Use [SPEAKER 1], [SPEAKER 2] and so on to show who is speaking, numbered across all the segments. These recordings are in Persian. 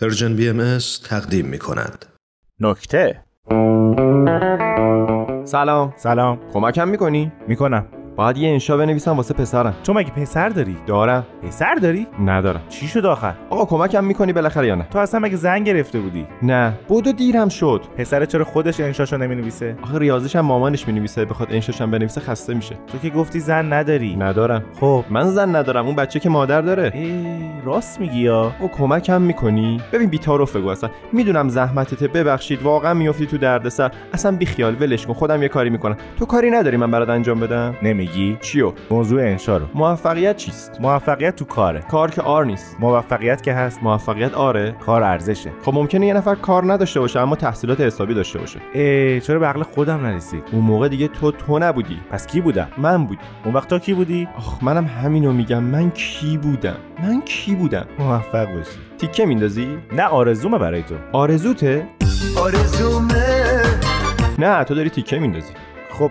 [SPEAKER 1] پرژن بی ام از تقدیم می کند.
[SPEAKER 2] نکته
[SPEAKER 3] سلام
[SPEAKER 2] سلام
[SPEAKER 3] کمکم میکنی؟
[SPEAKER 2] میکنم
[SPEAKER 3] باید یه انشا بنویسم واسه پسرم
[SPEAKER 2] تو مگه پسر داری
[SPEAKER 3] دارم
[SPEAKER 2] پسر داری
[SPEAKER 3] ندارم
[SPEAKER 2] چی شد آخر
[SPEAKER 3] آقا کمکم میکنی بالاخره یا نه
[SPEAKER 2] تو اصلا مگه زن گرفته بودی
[SPEAKER 3] نه بودو دیرم شد
[SPEAKER 2] پسر چرا خودش انشاشو نمینویسه
[SPEAKER 3] آخه ریاضیشم مامانش مینویسه بخواد انشاشم بنویسه خسته میشه
[SPEAKER 2] تو که گفتی زن نداری
[SPEAKER 3] ندارم
[SPEAKER 2] خب
[SPEAKER 3] من زن ندارم اون بچه که مادر داره
[SPEAKER 2] ای، راست میگی یا
[SPEAKER 3] آقا کمکم میکنی ببین بی‌تعارف بگو اصلا میدونم زحمتته ببخشید واقعا میافتی تو دردسر اصلا بیخیال ولش کن خودم یه کاری میکنم تو کاری نداری من برات انجام بدم
[SPEAKER 2] نمیگی
[SPEAKER 3] چیو
[SPEAKER 2] موضوع انشا رو
[SPEAKER 3] موفقیت چیست
[SPEAKER 2] موفقیت تو کاره
[SPEAKER 3] کار که آر نیست
[SPEAKER 2] موفقیت که هست
[SPEAKER 3] موفقیت آره
[SPEAKER 2] کار ارزشه
[SPEAKER 3] خب ممکنه یه نفر کار نداشته باشه اما تحصیلات حسابی داشته باشه
[SPEAKER 2] ای چرا به عقل خودم نرسید
[SPEAKER 3] اون موقع دیگه تو تو نبودی
[SPEAKER 2] پس کی بودم
[SPEAKER 3] من بودی
[SPEAKER 2] اون وقت تو کی بودی
[SPEAKER 3] آخ منم همینو میگم من کی بودم من کی بودم
[SPEAKER 2] موفق باشی
[SPEAKER 3] تیکه میندازی
[SPEAKER 2] نه آرزومه برای تو
[SPEAKER 3] آرزوته
[SPEAKER 1] آرزومه
[SPEAKER 3] نه تو داری تیکه میندازی
[SPEAKER 2] خب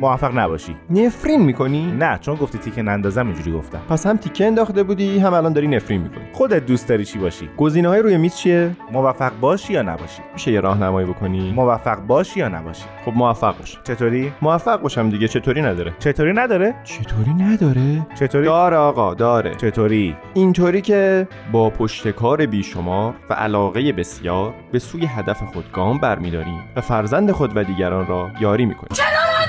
[SPEAKER 2] موفق نباشی
[SPEAKER 3] نفرین میکنی
[SPEAKER 2] نه چون گفتی تیکه نندازم اینجوری گفتم
[SPEAKER 3] پس هم تیکه انداخته بودی هم الان داری نفرین میکنی
[SPEAKER 2] خودت دوست داری چی باشی
[SPEAKER 3] گزینه های روی میز چیه
[SPEAKER 2] موفق باشی یا نباشی
[SPEAKER 3] میشه یه راهنمایی بکنی
[SPEAKER 2] موفق باشی یا نباشی
[SPEAKER 3] خب موفق باش
[SPEAKER 2] چطوری
[SPEAKER 3] موفق باشم دیگه چطوری نداره
[SPEAKER 2] چطوری نداره
[SPEAKER 3] چطوری نداره
[SPEAKER 2] چطوری
[SPEAKER 3] داره آقا داره
[SPEAKER 2] چطوری
[SPEAKER 3] اینطوری که با پشتکار بیشمار و علاقه بسیار به سوی هدف خود گام برمیداریم و فرزند خود و دیگران را یاری میکنیم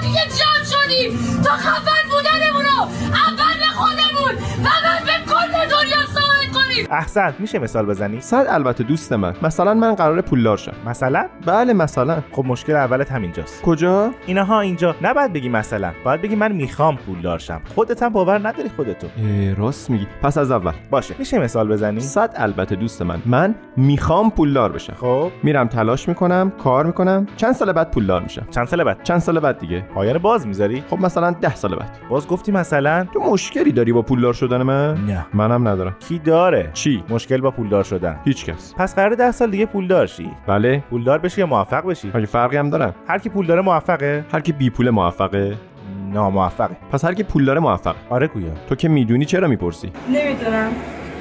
[SPEAKER 4] دیگه جمع شدیم تا خفن بودنمون رو اول به خودمون و بعد به کل دنیا ثابت کنیم
[SPEAKER 2] احسن میشه مثال بزنی
[SPEAKER 3] صد البته دوست من مثلا من قرار پولدار شم
[SPEAKER 2] مثلا
[SPEAKER 3] بله مثلا
[SPEAKER 2] خب مشکل اولت همینجاست
[SPEAKER 3] کجا
[SPEAKER 2] اینها اینجا نباید بگی مثلا باید بگی من میخوام پولدار شم خودت هم باور نداری خودتو
[SPEAKER 3] اه، راست میگی پس از اول
[SPEAKER 2] باشه میشه مثال بزنی
[SPEAKER 3] صد البته دوست من من میخوام پولدار بشم خب،
[SPEAKER 2] خب
[SPEAKER 3] میرم تلاش میکنم کار میکنم چند سال بعد پولدار میشم
[SPEAKER 2] چند سال بعد
[SPEAKER 3] چند سال بعد دیگه
[SPEAKER 2] پایان باز میذاری
[SPEAKER 3] خب مثلا ده سال بعد
[SPEAKER 2] باز گفتی مثلا
[SPEAKER 3] تو مشکلی داری با پولدار شدن من
[SPEAKER 2] نه
[SPEAKER 3] منم ندارم
[SPEAKER 2] کی داره
[SPEAKER 3] چی
[SPEAKER 2] مشکل با پولدار شدن
[SPEAKER 3] هیچکس
[SPEAKER 2] پس قرار ده سال دیگه پولدار شی
[SPEAKER 3] بله
[SPEAKER 2] پولدار بشی یا موفق بشی
[SPEAKER 3] مگه فرقی هم دارم
[SPEAKER 2] هر کی پول داره موفقه
[SPEAKER 3] هر کی بی پول موفقه
[SPEAKER 2] ناموفقه
[SPEAKER 3] پس هر کی پول داره موفقه
[SPEAKER 2] آره گویا
[SPEAKER 3] تو که میدونی چرا میپرسی
[SPEAKER 5] نمیدونم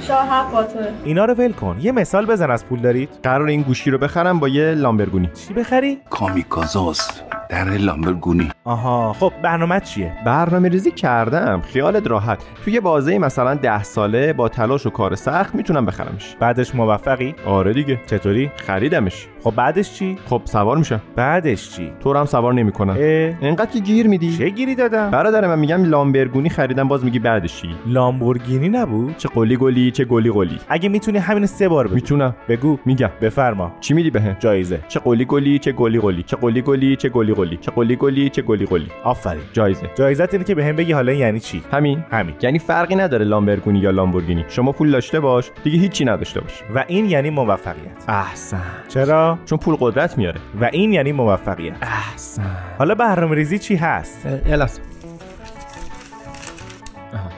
[SPEAKER 5] شاه حق با توه
[SPEAKER 2] اینا رو ول کن یه مثال بزن از پول دارید
[SPEAKER 3] قرار این گوشی رو بخرم با یه لامبرگونی
[SPEAKER 2] چی بخری
[SPEAKER 6] کامیکازاست در لامبرگونی
[SPEAKER 2] آها خب برنامه چیه
[SPEAKER 3] برنامه ریزی کردم خیالت راحت توی یه بازه مثلا ده ساله با تلاش و کار سخت میتونم بخرمش
[SPEAKER 2] بعدش موفقی
[SPEAKER 3] آره دیگه
[SPEAKER 2] چطوری
[SPEAKER 3] خریدمش
[SPEAKER 2] خب بعدش چی
[SPEAKER 3] خب سوار میشم
[SPEAKER 2] بعدش چی
[SPEAKER 3] تو رو هم سوار نمیکنم
[SPEAKER 2] اه
[SPEAKER 3] انقدر که گیر میدی
[SPEAKER 2] چه گیری دادم
[SPEAKER 3] برادر من میگم لامبرگونی خریدم باز میگی بعدش چی
[SPEAKER 2] لامبورگینی نبود
[SPEAKER 3] چه قلی گلی چه گلی گلی
[SPEAKER 2] اگه میتونی همین سه بار بگو
[SPEAKER 3] میتونم
[SPEAKER 2] بگو
[SPEAKER 3] میگم
[SPEAKER 2] بفرما
[SPEAKER 3] چی میدی بهم
[SPEAKER 2] جایزه
[SPEAKER 3] چه قلی گلی چه گلی گلی چه قلی گلی چه گلی گلی چه قلی گلی چه گلی گلی
[SPEAKER 2] آفرین
[SPEAKER 3] جایزه
[SPEAKER 2] جایزت اینه که بهم بگی حالا این یعنی چی
[SPEAKER 3] همین
[SPEAKER 2] همین
[SPEAKER 3] یعنی فرقی نداره لامبرگونی یا لامبورگینی شما پول داشته باش دیگه هیچی نداشته باش
[SPEAKER 2] و این یعنی موفقیت
[SPEAKER 3] احسن
[SPEAKER 2] چرا
[SPEAKER 3] چون پول قدرت میاره
[SPEAKER 2] و این یعنی موفقیت
[SPEAKER 3] احسن
[SPEAKER 2] حالا برنامه ریزی چی هست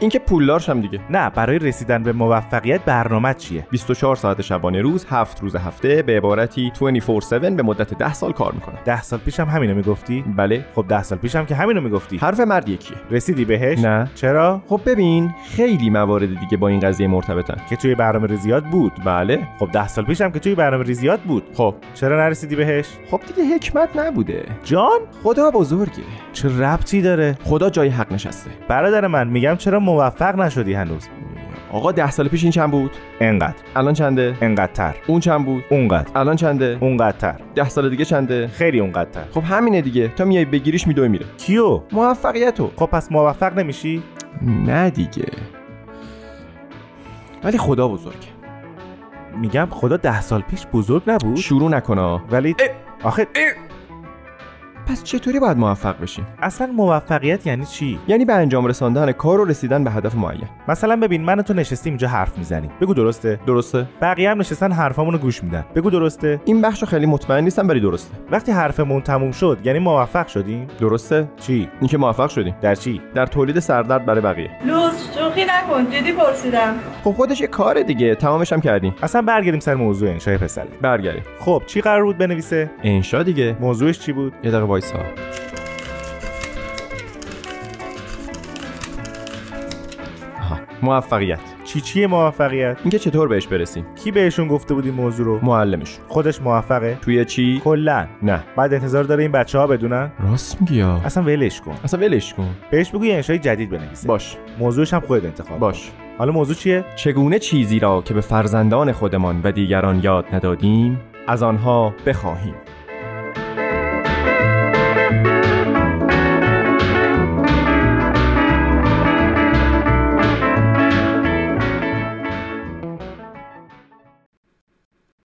[SPEAKER 3] این که پولدارشم دیگه
[SPEAKER 2] نه برای رسیدن به موفقیت برنامه چیه
[SPEAKER 3] 24 ساعت شبانه روز هفت روز هفته به عبارتی 24/7 به مدت 10 سال کار میکنم
[SPEAKER 2] ده سال پیشم همینو میگفتی
[SPEAKER 3] بله
[SPEAKER 2] خب ده سال پیشم که همینو میگفتی
[SPEAKER 3] حرف مرد یکیه
[SPEAKER 2] رسیدی بهش
[SPEAKER 3] نه.
[SPEAKER 2] چرا
[SPEAKER 3] خب ببین خیلی موارد دیگه با این قضیه مرتبطن
[SPEAKER 2] که توی برنامه ریزیات بود
[SPEAKER 3] بله
[SPEAKER 2] خب ده سال پیشم که توی برنامه ریزیات بود
[SPEAKER 3] خب
[SPEAKER 2] چرا نرسیدی بهش
[SPEAKER 3] خب دیگه حکمت نبوده
[SPEAKER 2] جان
[SPEAKER 3] خدا بزرگه
[SPEAKER 2] چه ربطی داره
[SPEAKER 3] خدا جای حق نشسته
[SPEAKER 2] برادر من میگم چرا موفق نشدی هنوز
[SPEAKER 3] آقا ده سال پیش این چند بود
[SPEAKER 2] انقدر
[SPEAKER 3] الان چنده
[SPEAKER 2] انقدرتر
[SPEAKER 3] اون چند بود
[SPEAKER 2] اونقدر
[SPEAKER 3] الان چنده
[SPEAKER 2] اونقدرتر
[SPEAKER 3] ده سال دیگه چنده
[SPEAKER 2] خیلی اونقدرتر
[SPEAKER 3] خب همینه دیگه تا میای بگیریش میدوی میره
[SPEAKER 2] کیو
[SPEAKER 3] موفقیتو
[SPEAKER 2] خب پس موفق نمیشی
[SPEAKER 3] نه دیگه ولی خدا بزرگه
[SPEAKER 2] میگم خدا ده سال پیش بزرگ نبود
[SPEAKER 3] شروع نکنه
[SPEAKER 2] ولی آخه
[SPEAKER 3] پس چطوری باید موفق بشیم
[SPEAKER 2] اصلا موفقیت یعنی چی
[SPEAKER 3] یعنی به انجام رساندن کار و رسیدن به هدف معین
[SPEAKER 2] مثلا ببین من و تو نشستیم اینجا حرف میزنیم بگو درسته
[SPEAKER 3] درسته
[SPEAKER 2] بقیه هم نشستن حرفامونو گوش میدن بگو درسته
[SPEAKER 3] این بخش رو خیلی مطمئن نیستم ولی درسته
[SPEAKER 2] وقتی حرفمون تموم شد یعنی موفق شدیم
[SPEAKER 3] درسته
[SPEAKER 2] چی
[SPEAKER 3] اینکه موفق شدیم
[SPEAKER 2] در چی
[SPEAKER 3] در تولید سردرد برای بقیه
[SPEAKER 5] لوز شوخی نکن جدی پرسیدم
[SPEAKER 3] خب خودش یه کار دیگه تمامش هم کردیم
[SPEAKER 2] اصلا برگردیم سر موضوع انشای پسره
[SPEAKER 3] برگردیم
[SPEAKER 2] خب چی قرار بود بنویسه
[SPEAKER 3] انشا دیگه
[SPEAKER 2] موضوعش چی بود
[SPEAKER 3] یه دقیقه وایسا آها. موفقیت
[SPEAKER 2] چی چیه موفقیت
[SPEAKER 3] اینکه چطور بهش برسیم
[SPEAKER 2] کی بهشون گفته بود این موضوع رو
[SPEAKER 3] معلمش
[SPEAKER 2] خودش موفقه
[SPEAKER 3] توی چی خب-
[SPEAKER 2] کلا
[SPEAKER 3] نه
[SPEAKER 2] بعد انتظار داره این بچه ها بدونن
[SPEAKER 3] راست میگی آ.
[SPEAKER 2] اصلا ولش کن
[SPEAKER 3] اصلا ولش کن
[SPEAKER 2] بهش بگو یه انشای جدید بنویسه
[SPEAKER 3] باش
[SPEAKER 2] موضوعش هم خودت انتخاب کن.
[SPEAKER 3] باش
[SPEAKER 2] حالا موضوع چیه
[SPEAKER 3] چگونه چیزی را که به فرزندان خودمان و دیگران یاد ندادیم از آنها بخواهیم